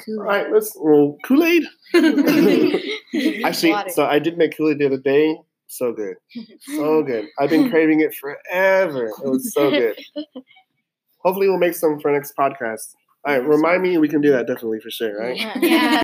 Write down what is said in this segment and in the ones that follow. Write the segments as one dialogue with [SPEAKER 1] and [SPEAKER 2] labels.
[SPEAKER 1] Kool
[SPEAKER 2] All right, let's roll Kool Aid.
[SPEAKER 1] Aid.
[SPEAKER 2] Actually, so I did make Kool Aid the other day. So good, so good. I've been craving it forever. It was so good. Hopefully, we'll make some for next podcast. All right, remind me. We can do that definitely for sure, right?
[SPEAKER 1] Yeah.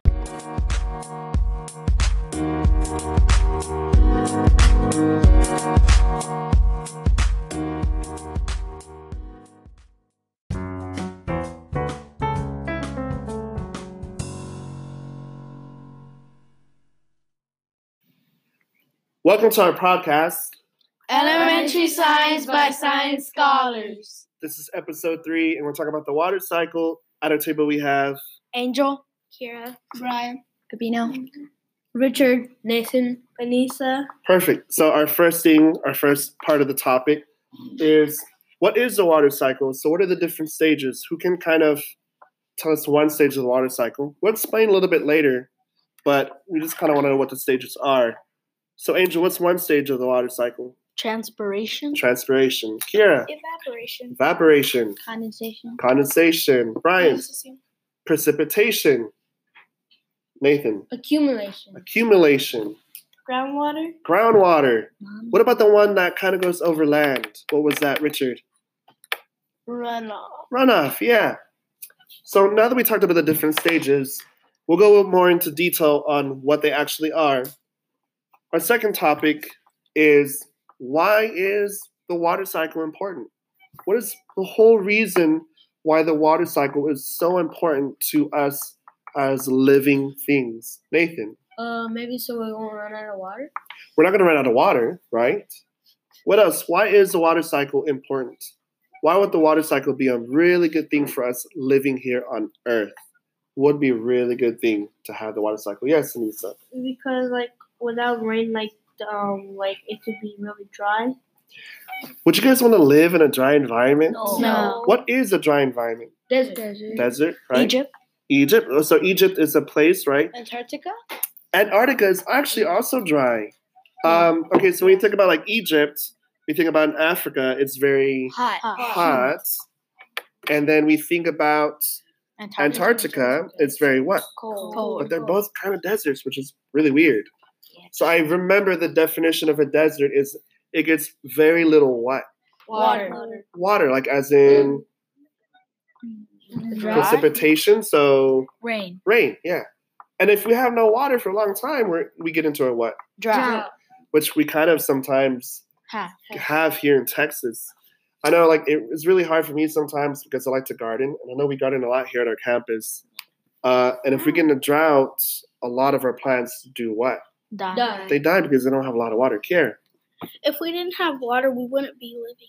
[SPEAKER 2] Welcome to our podcast.
[SPEAKER 3] Elementary Science by Science Scholars.
[SPEAKER 2] This is episode three, and we're talking about the water cycle. At our table, we have
[SPEAKER 1] Angel.
[SPEAKER 3] Kira. Brian. Mm-hmm.
[SPEAKER 1] Gabino.
[SPEAKER 3] Richard. Nathan. Vanessa.
[SPEAKER 2] perfect. So our first thing, our first part of the topic is what is the water cycle? So what are the different stages? Who can kind of tell us one stage of the water cycle? We'll explain a little bit later, but we just kind of want to know what the stages are. So Angel, what's one stage of the water cycle?
[SPEAKER 1] Transpiration.
[SPEAKER 2] Transpiration. Kira,
[SPEAKER 3] Evaporation.
[SPEAKER 2] evaporation,
[SPEAKER 1] Condensation.
[SPEAKER 2] condensation. Brian, precipitation. Nathan,
[SPEAKER 3] Accumulation.
[SPEAKER 2] accumulation.
[SPEAKER 3] Groundwater.
[SPEAKER 2] Groundwater.
[SPEAKER 1] Mom.
[SPEAKER 2] What about the one that kind of goes over land? What was that, Richard?
[SPEAKER 3] Runoff.
[SPEAKER 2] Runoff, yeah. So now that we talked about the different stages, we'll go more into detail on what they actually are. Our second topic is why is the water cycle important? What is the whole reason why the water cycle is so important to us as living things? Nathan,
[SPEAKER 3] Uh, maybe so we won't run out of water.
[SPEAKER 2] we're not going to run out of water, right? What else? Why is the water cycle important? Why would the water cycle be a really good thing for us living here on Earth? Would be a really good thing to have the water cycle. Yes, Anissa.
[SPEAKER 3] Because like without rain, like um, like it could be really dry.
[SPEAKER 2] Would you guys want to live in a dry environment?
[SPEAKER 1] No.
[SPEAKER 2] What is a dry environment?
[SPEAKER 3] Desert. Desert.
[SPEAKER 2] Desert, right?
[SPEAKER 1] Egypt.
[SPEAKER 2] Egypt. Oh, So Egypt is a place, right?
[SPEAKER 3] Antarctica.
[SPEAKER 2] Antarctica is actually also dry. Um, okay, so when you think about like Egypt, we think about in Africa, it's very
[SPEAKER 1] Hot.
[SPEAKER 2] hot. And then we think about Antarctica, it's very wet.
[SPEAKER 1] Cold.
[SPEAKER 2] But they're both kind of deserts, which is really weird. So I remember the definition of a desert is it gets very little what
[SPEAKER 3] Water.
[SPEAKER 2] water, like as in
[SPEAKER 3] Dry.
[SPEAKER 2] precipitation. So
[SPEAKER 1] Rain.
[SPEAKER 2] rain, yeah. And if we have no water for a long time, we we get into a what,
[SPEAKER 1] Drought.
[SPEAKER 2] which we kind of sometimes
[SPEAKER 1] Half.
[SPEAKER 2] have here in Texas. I know, like it, it's really hard for me sometimes because I like to garden, and I know we garden a lot here at our campus. Uh, and if we get in a drought, a lot of our plants do what?
[SPEAKER 1] Die.
[SPEAKER 2] They die because they don't have a lot of water care.
[SPEAKER 3] If we didn't have water, we wouldn't be living.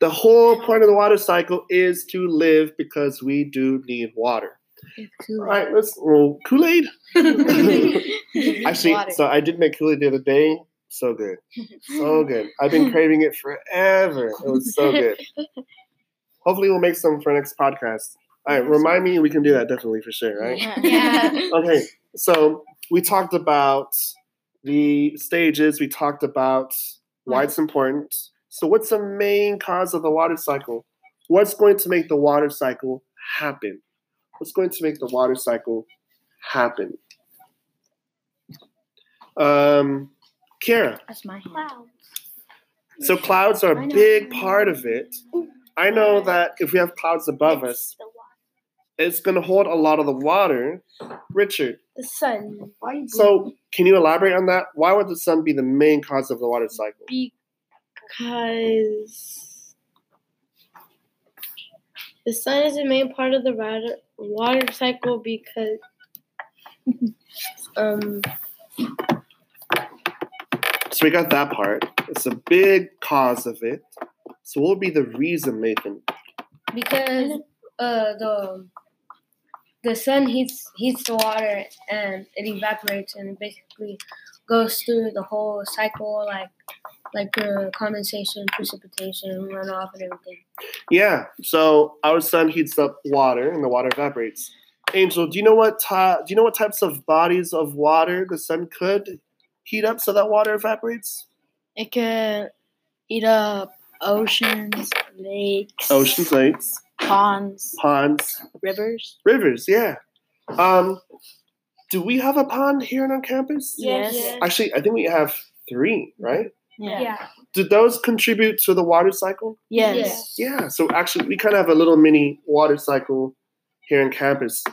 [SPEAKER 2] The whole point of the water cycle is to live because we do need water. All right, let's roll Kool Aid. Actually, so I did make Kool Aid the other day. So good. So good. I've been craving it forever. It was so good. Hopefully, we'll make some for next podcast. All right, remind me. We can do that definitely for sure, right?
[SPEAKER 1] Yeah.
[SPEAKER 2] Okay, so we talked about the stages, we talked about why it's important. So, what's the main cause of the water cycle? What's going to make the water cycle happen? What's going to make the water cycle happen? Um, Kara,
[SPEAKER 1] That's my hand.
[SPEAKER 3] Wow.
[SPEAKER 2] so clouds are a big part of it. I know that if we have clouds above us, it's going to hold a lot of the water. Richard,
[SPEAKER 3] The sun.
[SPEAKER 2] So, can you elaborate on that? Why would the sun be the main cause of the water cycle?
[SPEAKER 3] because the sun is the main part of the water, water cycle because um
[SPEAKER 2] So, we got that part. It's a big cause of it. So, what would be the reason, Nathan?
[SPEAKER 4] because uh the the sun heats heats the water and it evaporates and it basically goes through the whole cycle like like uh, condensation, precipitation, runoff, and everything.
[SPEAKER 2] Yeah, so our sun heats up water and the water evaporates. Angel, do you know what ty- do you know what types of bodies of water the sun could heat up so that water evaporates?
[SPEAKER 1] It could eat up oceans, lakes,
[SPEAKER 2] Oceans, lakes,
[SPEAKER 1] ponds,
[SPEAKER 2] ponds,
[SPEAKER 1] rivers.
[SPEAKER 2] rivers, yeah. Um, do we have a pond here on campus?
[SPEAKER 1] Yes.
[SPEAKER 3] Yes.
[SPEAKER 2] Actually, I think we have three, right?
[SPEAKER 1] Yeah.
[SPEAKER 3] Yeah.
[SPEAKER 2] Did those contribute to the water cycle?
[SPEAKER 1] Yes.
[SPEAKER 2] Yeah. So actually, we kind of have a little mini water cycle here on campus.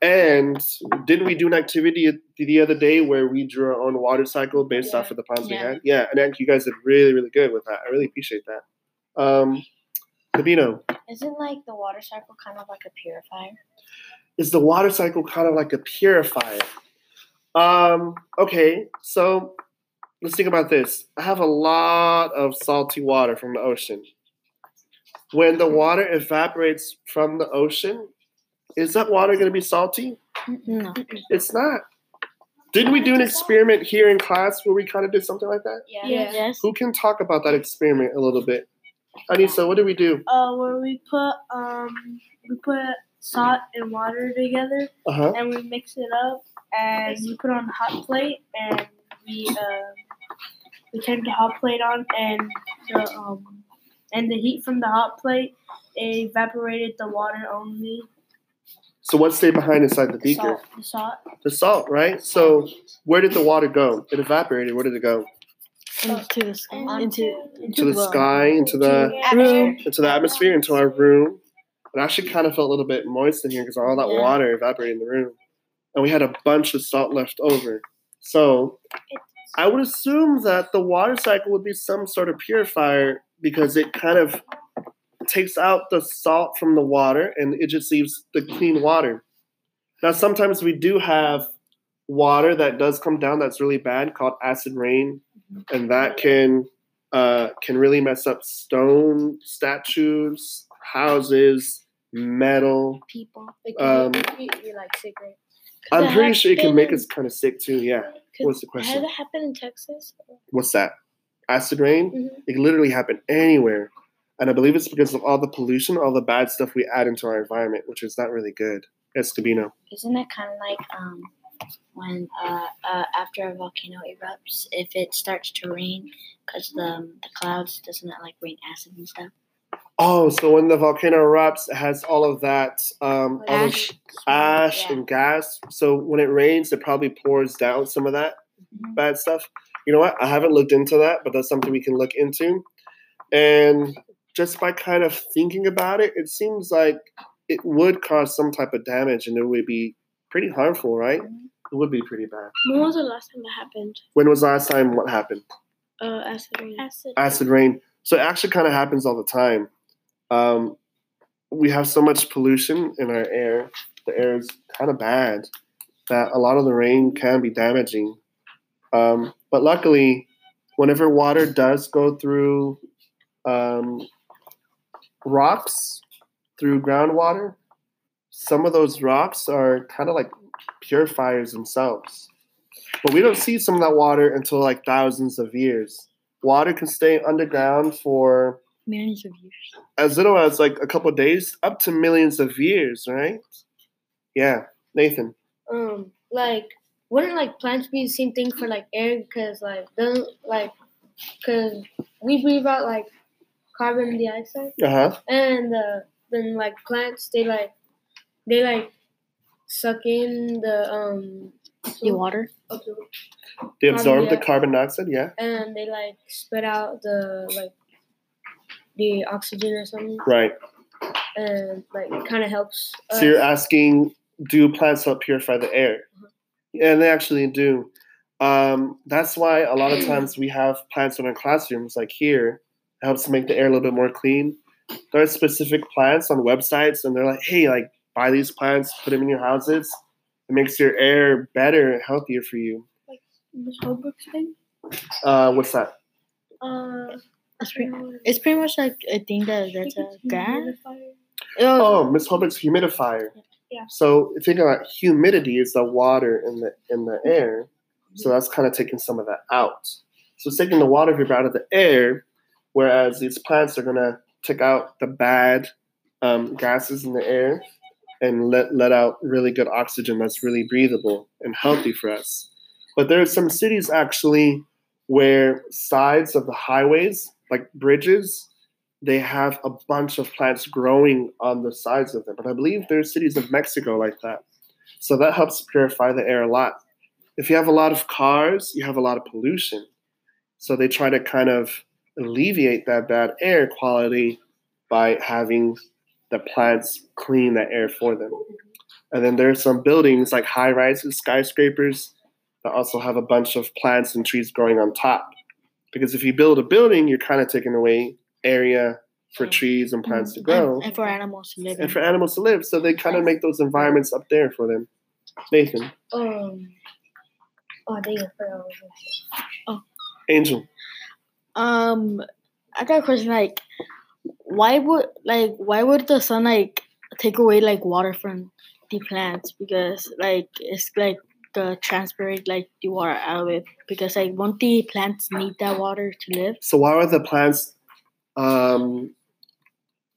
[SPEAKER 2] And didn't we do an activity the other day where we drew our own water cycle based
[SPEAKER 4] Yeah.
[SPEAKER 2] off of the ponds we
[SPEAKER 1] Yeah.
[SPEAKER 2] had? Yeah. And actually, you guys did really, really good with that. I really appreciate that. Um, Cabino,
[SPEAKER 1] Isn't like the water cycle kind of like a purifier?
[SPEAKER 2] is the water cycle kind of like a purifier? Um, okay, so let's think about this. I have a lot of salty water from the ocean. When the water evaporates from the ocean, is that water going to be salty?
[SPEAKER 1] No.
[SPEAKER 2] It's not. Didn't we do an experiment here in class where we kind of did something like that?
[SPEAKER 3] Yeah.
[SPEAKER 4] Yeah.
[SPEAKER 1] Yes.
[SPEAKER 2] Who can talk about that experiment a little bit? Anissa, what did we do?
[SPEAKER 3] Uh, where we put um we put salt and water together
[SPEAKER 2] Uh huh.
[SPEAKER 3] and we mix it up and we put it on a hot plate and we um we turned the hot plate on and the um and the heat from the hot plate evaporated the water only
[SPEAKER 2] So what stayed behind inside the beaker?
[SPEAKER 1] Salt.
[SPEAKER 3] the salt
[SPEAKER 2] The salt, right? So where did the water go? It evaporated. Where did it go?
[SPEAKER 1] Into the sky. Into
[SPEAKER 2] Into the sky, into the
[SPEAKER 1] room.
[SPEAKER 2] into the atmosphere, into our room. It actually kind of felt a little bit moist in here because all that
[SPEAKER 1] Yeah.
[SPEAKER 2] water evaporated in the room, and we had a bunch of salt left over. So I would assume that the water cycle would be some sort of purifier because it kind of takes out the salt from the water and it just leaves the clean water. Now, sometimes we do have water that does come down that's really bad called acid rain, and that can uh, can really mess up stone statues, houses, metal.
[SPEAKER 1] people.
[SPEAKER 4] It
[SPEAKER 2] Um,
[SPEAKER 4] can make you, like sick, right?
[SPEAKER 2] I'm
[SPEAKER 1] that
[SPEAKER 2] pretty sure it can make
[SPEAKER 1] happen?
[SPEAKER 2] us kind of sick too. Yeah.
[SPEAKER 1] Could-
[SPEAKER 2] What's the question?
[SPEAKER 1] that happened in Texas?
[SPEAKER 2] What's that? Acid rain?
[SPEAKER 1] Mhm.
[SPEAKER 2] It can literally happen anywhere. And I believe it's because of all the pollution, all the bad stuff we add into our environment, which is not really good. Escobino.
[SPEAKER 1] Isn't that kind of like um when uh, uh after a volcano erupts, if it starts to rain because the um, the clouds doesn't that like rain acid and stuff?
[SPEAKER 2] Oh, so when the volcano erupts, it has all of that um, all of
[SPEAKER 1] Ash.
[SPEAKER 2] ash
[SPEAKER 1] Yeah.
[SPEAKER 2] and gas. So when it rains, it probably pours down some of that
[SPEAKER 1] Mm-hmm.
[SPEAKER 2] bad stuff. You know what? I haven't looked into that, but that's something we can look into. And just by kind of thinking about it, it seems like it would cause some type of damage and it would be pretty harmful, right?
[SPEAKER 1] Mm-hmm.
[SPEAKER 2] It would be pretty bad.
[SPEAKER 5] When was the last time that happened?
[SPEAKER 2] When was the last time what happened?
[SPEAKER 5] Uh, acid rain. Acid.
[SPEAKER 2] acid rain. So it actually kind of happens all the time. Um, we have so much pollution in our air. The air is kind of bad that a lot of the rain can be damaging. Um, but luckily, whenever water does go through um, rocks, through groundwater, some of those rocks are kind of like purifiers themselves. But we don't see some of that water until like thousands of years water can stay underground for
[SPEAKER 1] Millions of years.
[SPEAKER 2] as little as like a couple of days up to millions of years right yeah nathan
[SPEAKER 4] Um, like wouldn't like plants be the same thing for like air? Because like doesn't like because we breathe out like carbon dioxide,
[SPEAKER 2] uh-huh
[SPEAKER 4] and uh, then like plants they like they like suck in the um
[SPEAKER 1] The water.
[SPEAKER 2] they absorb the
[SPEAKER 4] Carbon
[SPEAKER 2] carbon dioxide yeah
[SPEAKER 4] and they like spit out the like the oxygen or something,
[SPEAKER 2] right
[SPEAKER 4] and like it kind of helps.
[SPEAKER 2] so you're asking do plants help purify the air yeah and they actually do um, that's why a lot of times we have plants in our classrooms like here it helps make the air a little bit more clean there are specific plants on websites and they're like hey like buy these plants put them in your houses it makes your air better and healthier for you
[SPEAKER 3] Miss Holbrook's thing.
[SPEAKER 2] Uh, what's that?
[SPEAKER 3] Uh,
[SPEAKER 1] That's pretty, it's pretty much like a thing that that's a gas.
[SPEAKER 2] Oh, Miss Holbrook's humidifier.
[SPEAKER 3] Yeah.
[SPEAKER 2] So think about humidity is the water in the in the air, so that's kind of taking some of that out. So it's taking the water vapor out of the air, whereas these plants are gonna take out the bad um, gases in the air and let let out really good oxygen that's really breathable and healthy for us. But there are some cities actually where sides of the highways, like bridges, they have a bunch of plants growing on the sides of them. And I believe there are cities in Mexico like that. So that helps purify the air a lot. If you have a lot of cars, you have a lot of pollution. So they try to kind of alleviate that bad air quality by having the plants clean the air for them. And then there's some buildings like high rises, skyscrapers that also have a bunch of plants and trees growing on top. Because if you build a building, you're kind of taking away area for trees and plants to grow
[SPEAKER 1] um, Mm-hmm. and for animals to live in.
[SPEAKER 2] and for animals to live. So they kind of make those environments up there for them. Nathan,
[SPEAKER 4] Um. Oh, I think I forgot what I was gonna say.
[SPEAKER 2] Angel,
[SPEAKER 1] Um, I got a question. Like, why would like why would the sun like take away like water from the plants? Because like it's like the transferring like the water out of it. Because like won't the plants need that water to live?
[SPEAKER 2] so why would the plants, um,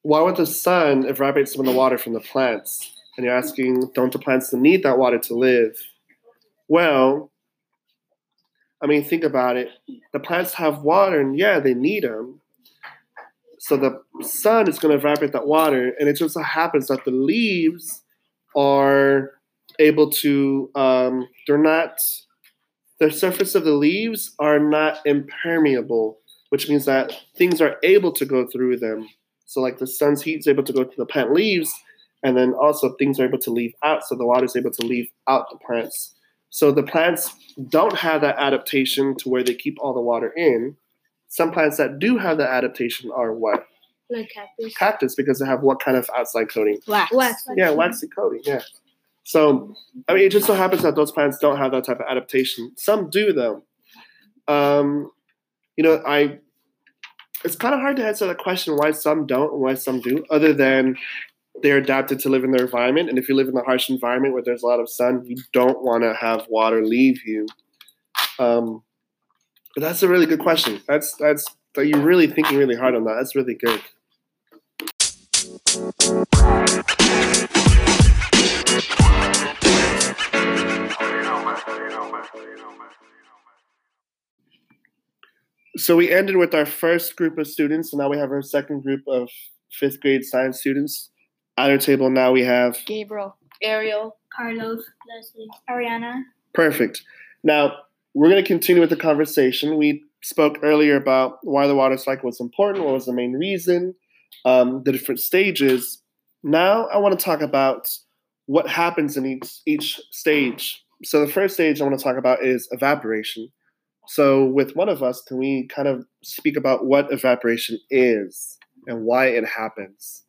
[SPEAKER 2] why would the sun evaporate some of the water from the plants? And you're asking, don't the plants need that water to live? Well, I mean, think about it. The plants have water, and yeah, they need them. So the sun is going to evaporate that water, and it just so happens that the leaves are able to. Um, they're not. The surface of the leaves are not impermeable, which means that things are able to go through them. So, like the sun's heat is able to go to the plant leaves, and then also things are able to leave out, so the water is able to leave out the plants. So the plants don't have that adaptation to where they keep all the water in. Some plants that do have that adaptation are what?
[SPEAKER 4] Like cactus.
[SPEAKER 2] Cactus, because they have what kind of outside coating?
[SPEAKER 1] Wax.
[SPEAKER 4] Wax.
[SPEAKER 2] Yeah, waxy coating, yeah. So, I mean, it just so happens that those plants don't have that type of adaptation. Some do, though. Um, you know, I. It's kind of hard to answer that question why some don't and why some do, other than they're adapted to live in their environment. And if you live in a harsh environment where there's a lot of sun, you don't want to have water leave you. Um, but that's a really good question. That's that's that you're really thinking really hard on that. That's really good. So we ended with our first group of students, and now we have our second group of fifth grade science students. At our table now we have
[SPEAKER 1] Gabriel.
[SPEAKER 5] Ariel.
[SPEAKER 3] Carlos, Leslie, Ariana.
[SPEAKER 2] Perfect. Now, we're going to continue with the conversation. We spoke earlier about why the water cycle was important, what was the main reason, um, the different stages. Now, I want to talk about what happens in each, each stage. So, the first stage I want to talk about is evaporation. So, with one of us, can we kind of speak about what evaporation is and why it happens?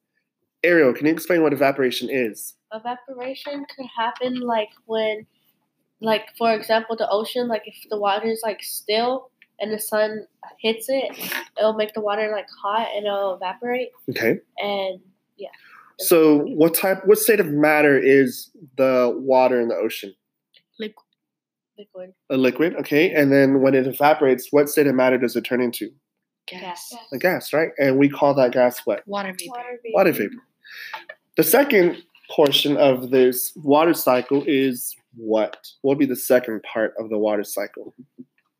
[SPEAKER 2] Ariel, can you explain what evaporation is?
[SPEAKER 5] Evaporation could happen like when, like for example, the ocean. Like if the water is like still and the sun hits it, it'll make the water like hot and it'll evaporate.
[SPEAKER 2] Okay.
[SPEAKER 5] And
[SPEAKER 2] So, what type, what state of matter is the water in the ocean?
[SPEAKER 5] liquid
[SPEAKER 2] A liquid, okay. And then when it evaporates, what state of matter does it turn into?
[SPEAKER 1] Gas.
[SPEAKER 2] A gas, right? And we call that gas what?
[SPEAKER 1] Water vapor.
[SPEAKER 2] Water vapor. The second portion of this water cycle is what? What would be the second part of the water cycle?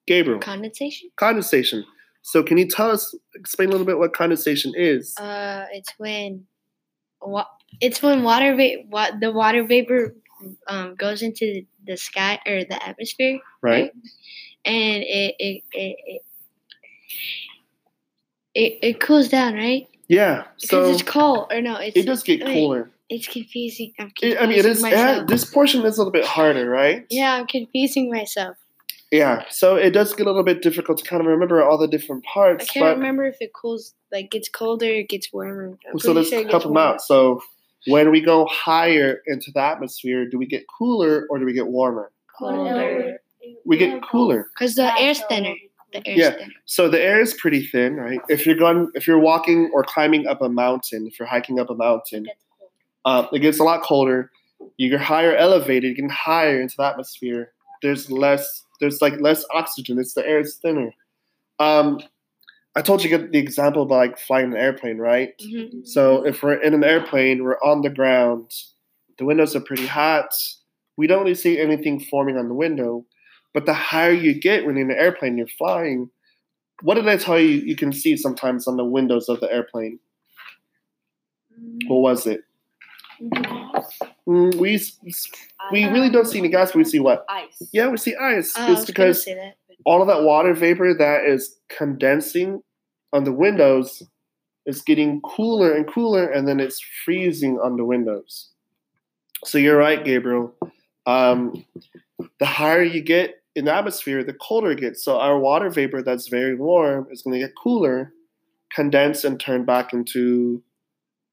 [SPEAKER 2] Gabriel,
[SPEAKER 1] Condensation.
[SPEAKER 2] condensation. So, can you tell us, explain a little bit what condensation is?
[SPEAKER 1] Uh, it's when, wa- it's when water va- wa- the water vapor um goes into the sky or the atmosphere.
[SPEAKER 2] right?
[SPEAKER 1] and it it it, it it, it cools down, right?
[SPEAKER 2] Yeah.
[SPEAKER 1] Because
[SPEAKER 2] So,
[SPEAKER 1] it's cold, or no? It's
[SPEAKER 2] it does get
[SPEAKER 1] wait,
[SPEAKER 2] cooler.
[SPEAKER 1] It's confusing. I'm
[SPEAKER 2] It-
[SPEAKER 1] confusing
[SPEAKER 2] I mean, it is, it ha-
[SPEAKER 1] myself.
[SPEAKER 2] this portion is a little bit harder, right?
[SPEAKER 1] yeah, I'm confusing myself.
[SPEAKER 2] Yeah. So, it does get a little bit difficult to kind of remember all the different parts.
[SPEAKER 1] I can't
[SPEAKER 2] but-
[SPEAKER 1] remember if it cools, like gets colder, it gets warmer. I'm
[SPEAKER 2] so
[SPEAKER 1] pretty
[SPEAKER 2] let's
[SPEAKER 1] sure it
[SPEAKER 2] help
[SPEAKER 1] gets
[SPEAKER 2] them
[SPEAKER 1] warmer.
[SPEAKER 2] out. So when we go higher into the atmosphere, do we get cooler or do we get warmer?
[SPEAKER 1] Colder,
[SPEAKER 2] We get cooler.
[SPEAKER 1] because the air's thinner. The air's
[SPEAKER 2] Yeah.
[SPEAKER 1] thinner.
[SPEAKER 2] So the air is pretty thin, right? If you're going, if you're walking or climbing up a mountain, if you're hiking up a mountain, uh, it gets a lot colder. You're higher elevated, you're getting higher into the atmosphere. There's less, there's like less oxygen. It's the air is thinner. Um, I told you get the example about like flying an airplane, right?
[SPEAKER 1] Mhm.
[SPEAKER 2] So if we're in an airplane, we're on the ground, the windows are pretty hot. We don't really see anything forming on the window, but the higher you get when you're in an airplane, you're flying. What did I tell you you can see sometimes on the windows of the airplane? What was it? Mm, we s- s- we really don't see any gas, but we see what?
[SPEAKER 5] ice.
[SPEAKER 2] Yeah, we see ice.
[SPEAKER 1] Oh,
[SPEAKER 5] Uh, I
[SPEAKER 2] it's
[SPEAKER 5] was gonna
[SPEAKER 2] because
[SPEAKER 5] say that.
[SPEAKER 2] all of that water vapor that is condensing on the windows is getting cooler and cooler, and then it's freezing on the windows. So you're right, Gabriel. Um, the higher you get in the atmosphere, the colder it gets. So our water vapor that's very warm is going to get cooler, condense, and turn back into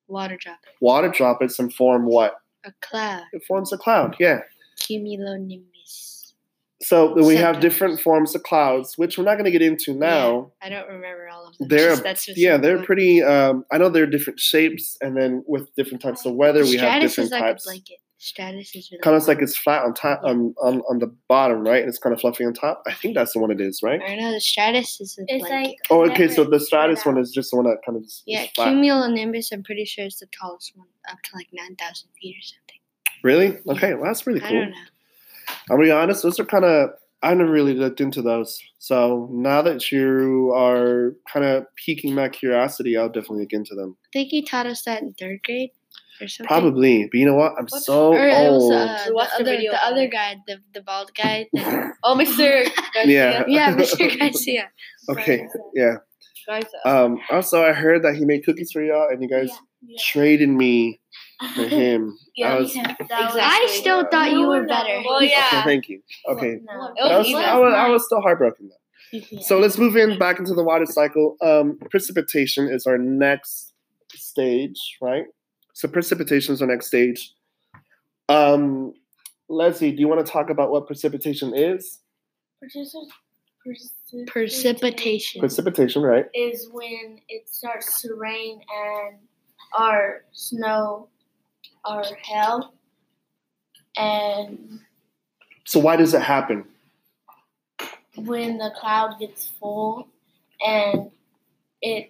[SPEAKER 6] Water drop.
[SPEAKER 2] water droplets and form what?
[SPEAKER 6] A cloud.
[SPEAKER 2] It forms a cloud. Yeah.
[SPEAKER 6] Cumulonimbus.
[SPEAKER 2] So we have
[SPEAKER 6] Sometimes.
[SPEAKER 2] different forms of clouds, which we're not going to get into now.
[SPEAKER 6] I don't remember all of them.
[SPEAKER 2] They're-
[SPEAKER 6] just- that's just
[SPEAKER 2] Yeah, they're
[SPEAKER 6] what-
[SPEAKER 2] pretty. Um, I know they're different shapes, and then with different types of weather, we have
[SPEAKER 6] Stratus
[SPEAKER 2] different
[SPEAKER 6] is like
[SPEAKER 2] types.
[SPEAKER 6] a blanket. Stratus is really
[SPEAKER 2] Kind of like it's flat on top, on, on on the bottom, right? And it's kind of fluffy on top. I think that's the one it is, right?
[SPEAKER 6] I know the stratus is a
[SPEAKER 4] It's
[SPEAKER 6] blanket.
[SPEAKER 4] like
[SPEAKER 2] Oh, okay. So
[SPEAKER 4] never
[SPEAKER 2] the stratus
[SPEAKER 4] spread
[SPEAKER 2] one
[SPEAKER 4] out.
[SPEAKER 2] is just the one that kind of is
[SPEAKER 6] yeah,
[SPEAKER 2] flat.
[SPEAKER 6] cumulonimbus. I'm pretty sure it's the tallest one, up to like nine thousand feet or something.
[SPEAKER 2] really? Okay, well, that's pretty
[SPEAKER 6] I
[SPEAKER 2] cool.
[SPEAKER 6] don't know.
[SPEAKER 2] I'll be honest; those are kind of. I never really looked into those. So now that you are kind of piquing my curiosity, I'll definitely look into them.
[SPEAKER 6] I think he taught us that in third grade or something.
[SPEAKER 2] Probably, Oh, but you know what? I'm so
[SPEAKER 6] Or it was
[SPEAKER 2] old.
[SPEAKER 6] uh,
[SPEAKER 5] We
[SPEAKER 6] the,
[SPEAKER 5] watched a
[SPEAKER 6] other,
[SPEAKER 5] video
[SPEAKER 6] the
[SPEAKER 5] about
[SPEAKER 6] other
[SPEAKER 5] it.
[SPEAKER 6] guy, the, the bald guy. that-
[SPEAKER 5] Oh, Mr. Garcia.
[SPEAKER 2] Yeah.
[SPEAKER 6] yeah, Mr. Garcia.
[SPEAKER 2] okay, yeah.
[SPEAKER 5] Garza.
[SPEAKER 2] Um. Also, I heard that he made cookies for y'all, and you guys traded me for him. I was, okay,
[SPEAKER 6] I still thought you were better.
[SPEAKER 5] Oh, Well, yeah.
[SPEAKER 2] thank you. Okay,
[SPEAKER 5] No.
[SPEAKER 2] But I was,
[SPEAKER 5] It was
[SPEAKER 2] I was, I was still heartbroken though. So let's move in back into the water cycle. Um, precipitation is our next stage, right? So precipitation is our next stage. Um, Leslie, do you want to talk about what precipitation is?
[SPEAKER 6] Precipitation.
[SPEAKER 2] Precipitation, right?
[SPEAKER 3] is when it starts to rain and our snow our hail and
[SPEAKER 2] So why does it happen?
[SPEAKER 3] when the cloud gets full and it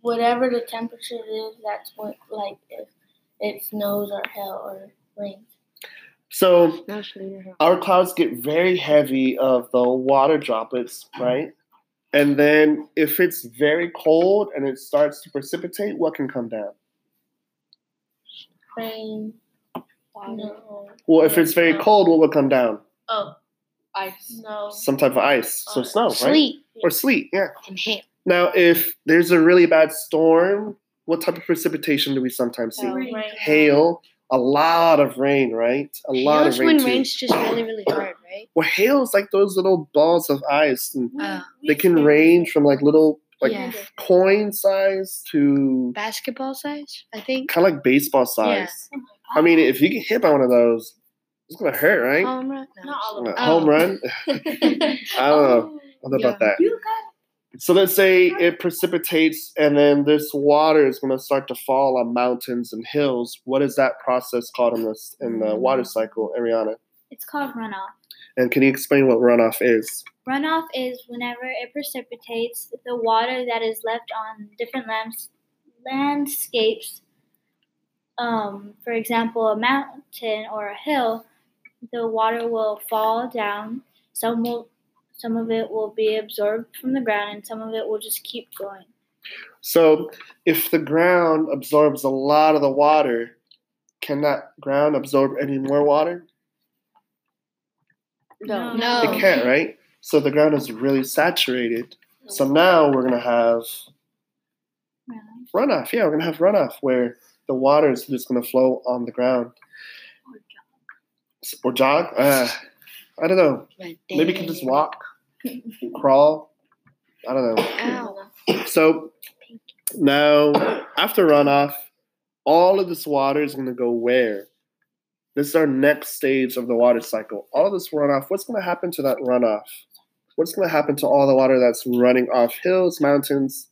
[SPEAKER 3] whatever the temperature is that's what like if it snows or hail or rain
[SPEAKER 2] So
[SPEAKER 6] Precipitation.
[SPEAKER 2] our clouds get very heavy of the water droplets, right? And then if it's very cold and it starts to precipitate, what can come down?
[SPEAKER 3] rain
[SPEAKER 5] Water.
[SPEAKER 3] no
[SPEAKER 2] Well, if it's very cold, what will come down?
[SPEAKER 3] oh
[SPEAKER 5] Ice.
[SPEAKER 3] no
[SPEAKER 2] Some type of ice, so
[SPEAKER 3] Uh,
[SPEAKER 2] snow, right?
[SPEAKER 6] Sleep
[SPEAKER 2] Or sleet, yeah.
[SPEAKER 6] and hail.
[SPEAKER 2] Now, if there's a really bad storm, what type of precipitation do we sometimes see?
[SPEAKER 5] Hail.
[SPEAKER 3] rain.
[SPEAKER 2] Hail, a lot of rain, right? A lot
[SPEAKER 6] Hail's
[SPEAKER 2] of rain.
[SPEAKER 6] when
[SPEAKER 2] too.
[SPEAKER 6] rain's just really, really hard, right?
[SPEAKER 2] Well, hail's like those little balls of ice, and
[SPEAKER 6] Uh,
[SPEAKER 2] they can range from like little like
[SPEAKER 6] yeah.
[SPEAKER 2] coin size to
[SPEAKER 6] Basketball size, I think.
[SPEAKER 2] kind of like baseball size. I mean, if you get hit by one of those, it's gonna hurt, right?
[SPEAKER 6] Home run. No.
[SPEAKER 3] not all of
[SPEAKER 2] Like,
[SPEAKER 6] oh.
[SPEAKER 2] Home run? I don't know. I don't know about that.
[SPEAKER 3] you
[SPEAKER 2] So let's say it precipitates, and then this water is gonna start to fall on mountains and hills. What is that process called in this in the water cycle, Ariana?
[SPEAKER 7] It's called runoff.
[SPEAKER 2] And can you explain what runoff is?
[SPEAKER 7] Runoff is whenever it precipitates, the water that is left on different lands, landscapes, um, for example, a mountain or a hill, the water will fall down. Some will, some of it will be absorbed from the ground, and some of it will just keep going.
[SPEAKER 2] So if the ground absorbs a lot of the water, can that ground absorb any more water?
[SPEAKER 5] No.
[SPEAKER 6] No.
[SPEAKER 2] It can't, right? So the ground is really saturated. So now we're gonna have runoff. Yeah, we're gonna have runoff where the water is just gonna flow on the ground. S- Or jog? Uh, I don't know. Maybe you can just walk, crawl. I don't know.
[SPEAKER 6] Ow.
[SPEAKER 2] So now, after runoff, all of this water is going to go where? This is our next stage of the water cycle. All this runoff, what's going to happen to that runoff? What's going to happen to all the water that's running off hills, mountains?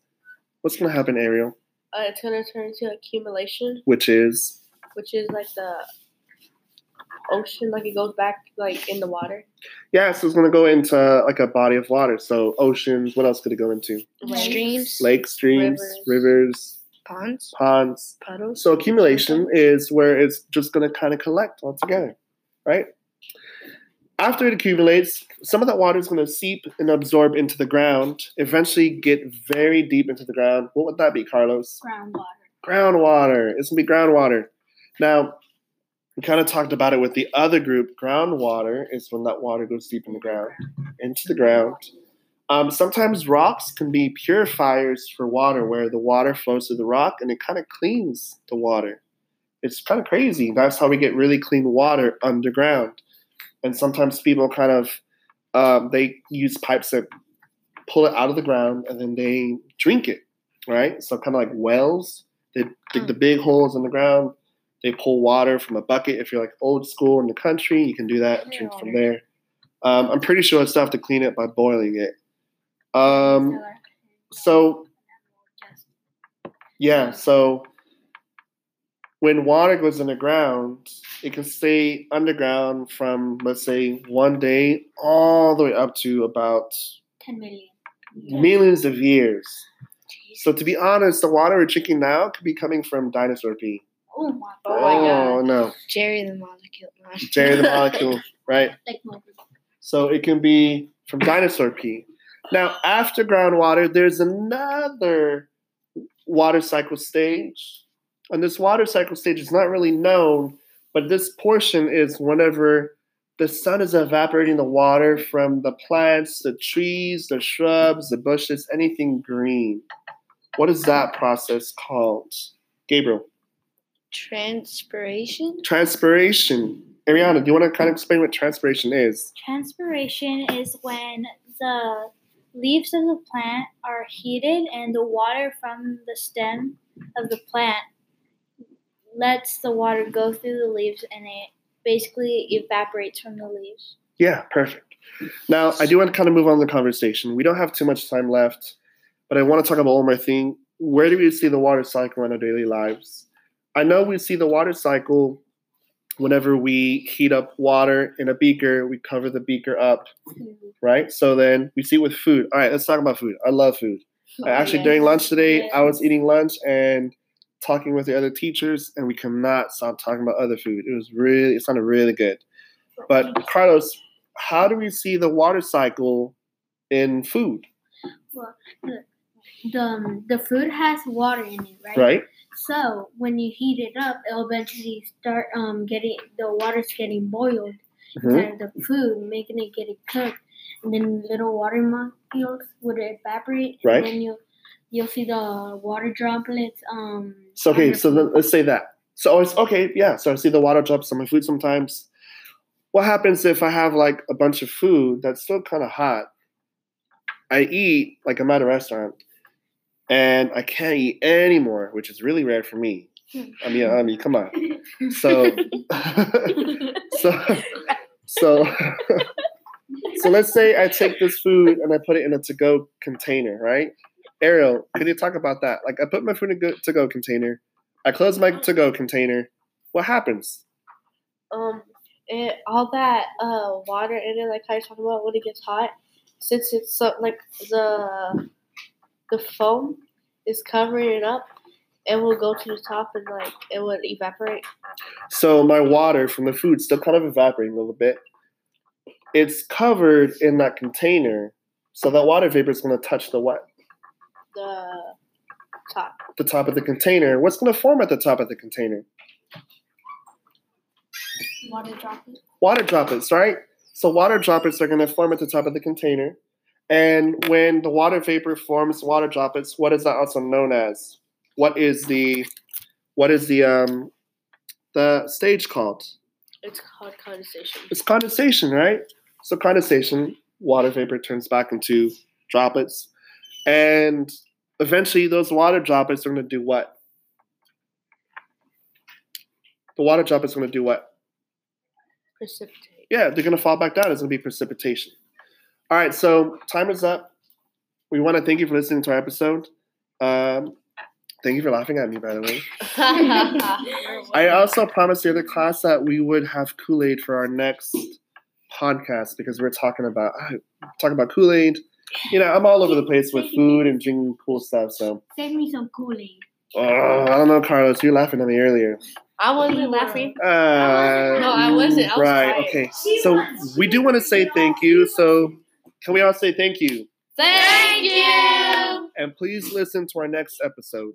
[SPEAKER 2] What's going to happen, Ariel?
[SPEAKER 5] Uh, it's gonna turn to accumulation,
[SPEAKER 2] Which is
[SPEAKER 5] which is like the ocean. Like it goes back, like in the water.
[SPEAKER 2] yeah, so it's going to go into like a body of water. So oceans. What else could it go into?
[SPEAKER 6] Streams,
[SPEAKER 2] Lake streams,
[SPEAKER 5] Rivers.
[SPEAKER 2] rivers
[SPEAKER 6] ponds,
[SPEAKER 2] ponds.
[SPEAKER 6] puddles.
[SPEAKER 2] So accumulation is where it's just going to kind of collect all together, right? After it accumulates, some of that water is going to seep and absorb into the ground, eventually get very deep into the ground. What would that be, Carlos?
[SPEAKER 7] Groundwater.
[SPEAKER 2] Groundwater. It's going to be groundwater. Now, we kind of talked about it with the other group. Groundwater is when that water goes deep in the ground, into the ground. Um, sometimes rocks can be purifiers for water, where the water flows through the rock and it kind of cleans the water. It's kind of crazy. That's how we get really clean water underground. And sometimes people kind of um, they use pipes that pull it out of the ground and then they drink it, right? So kind of like wells. They dig the big holes in the ground. They pull water from a bucket. If you're like old school in the country, you can do that and drink from there. Um, I'm pretty sure I still have to clean it by boiling it. Um, so, yeah, so when water goes in the ground, it can stay underground from, let's say, one day all the way up to about
[SPEAKER 3] 10 million.
[SPEAKER 2] millions of years. So, to be honest, the water we're drinking now could be coming from dinosaur pee.
[SPEAKER 3] Oh my
[SPEAKER 2] Oh,
[SPEAKER 3] god.
[SPEAKER 2] no.
[SPEAKER 8] Jerry the molecule.
[SPEAKER 2] Jerry the molecule, right?
[SPEAKER 3] Like no.
[SPEAKER 2] So it can be from dinosaur pee. Now, after groundwater, there's another water cycle stage. And this water cycle stage is not really known, but this portion is whenever the sun is evaporating the water from the plants, the trees, the shrubs, the bushes, anything green. What is that process called? Gabriel.
[SPEAKER 8] Transpiration.
[SPEAKER 2] Transpiration. Ariana, do you want to kind of explain what transpiration is?
[SPEAKER 3] Transpiration is when the leaves of the plant are heated and the water from the stem of the plant lets the water go through the leaves and it basically evaporates from the leaves.
[SPEAKER 2] Yeah, perfect. Now, I do want to kind of move on the conversation. We don't have too much time left, but I want to talk about one more thing. Where do we see the water cycle in our daily lives? I know we see the water cycle whenever we heat up water in a beaker, we cover the beaker up, right? So then we see it with food. All right, let's talk about food. I love food. I actually, during lunch today, I was eating lunch and talking with the other teachers, and we cannot stop talking about other food. It was really, it sounded really good. But Carlos, how do we see the water cycle in food,
[SPEAKER 4] The, um, the food has water in it, right?
[SPEAKER 2] right?
[SPEAKER 4] So when you heat it up, it'll eventually start um getting the water's getting boiled
[SPEAKER 2] Mhm.
[SPEAKER 4] inside the food, making it getting cooked, and then little water molecules would evaporate,
[SPEAKER 2] Right.
[SPEAKER 4] and then you you'll see the water droplets. Um.
[SPEAKER 2] So,
[SPEAKER 4] on
[SPEAKER 2] okay,
[SPEAKER 4] the
[SPEAKER 2] so
[SPEAKER 4] food.
[SPEAKER 2] then let's say that. So it's okay, yeah. So I see the water drops on my food sometimes. What happens if I have like a bunch of food that's still kind of hot? I eat, like I'm at a restaurant, and I can't eat anymore, which is really rare for me. I mean, I mean, come on. So, so, so, so let's say I take this food and I put it in a to-go container, right? Ariel, can you talk about that? Like, I put my food in a to-go container. I close my to-go container. What happens?
[SPEAKER 1] um it all that uh water in it like how you're talking about when it gets hot since it's so like the the foam is covering it up it will go to the top and like it would evaporate
[SPEAKER 2] So my water from the food still kind of evaporating a little bit. It's covered in that container, so that water vapor is going to touch the what?
[SPEAKER 1] the top
[SPEAKER 2] The top of the container. What's going to form at the top of the container?
[SPEAKER 4] water droplets.
[SPEAKER 2] water droplets, right? So water droplets are going to form at the top of the container. And when the water vapor forms water droplets, what is that also known as? What is the what is the um the stage called?
[SPEAKER 1] it's called condensation
[SPEAKER 2] It's condensation, right? So condensation, water vapor turns back into droplets. And eventually those water droplets are going to do what? The water droplets are going to do what?
[SPEAKER 1] precipitate
[SPEAKER 2] yeah, they're gonna fall back down. It's gonna be precipitation. All right, so time is up. We want to thank you for listening to our episode. Um, thank you for laughing at me, by the way. I also promised the other class that we would have Kool Aid for our next podcast because we're talking about uh, talking about Kool Aid. You know, I'm all over the place with food and drinking cool stuff. So
[SPEAKER 4] Save me some Kool Aid.
[SPEAKER 2] oh, I don't know, Carlos, you were laughing at me earlier.
[SPEAKER 1] i wasn't laughing
[SPEAKER 2] Uh,
[SPEAKER 1] No, I wasn't. I was
[SPEAKER 2] right.
[SPEAKER 1] quiet.
[SPEAKER 2] Okay. So we do want to say thank you. So can we all say thank you?
[SPEAKER 1] thank you
[SPEAKER 2] And please listen to our next episode.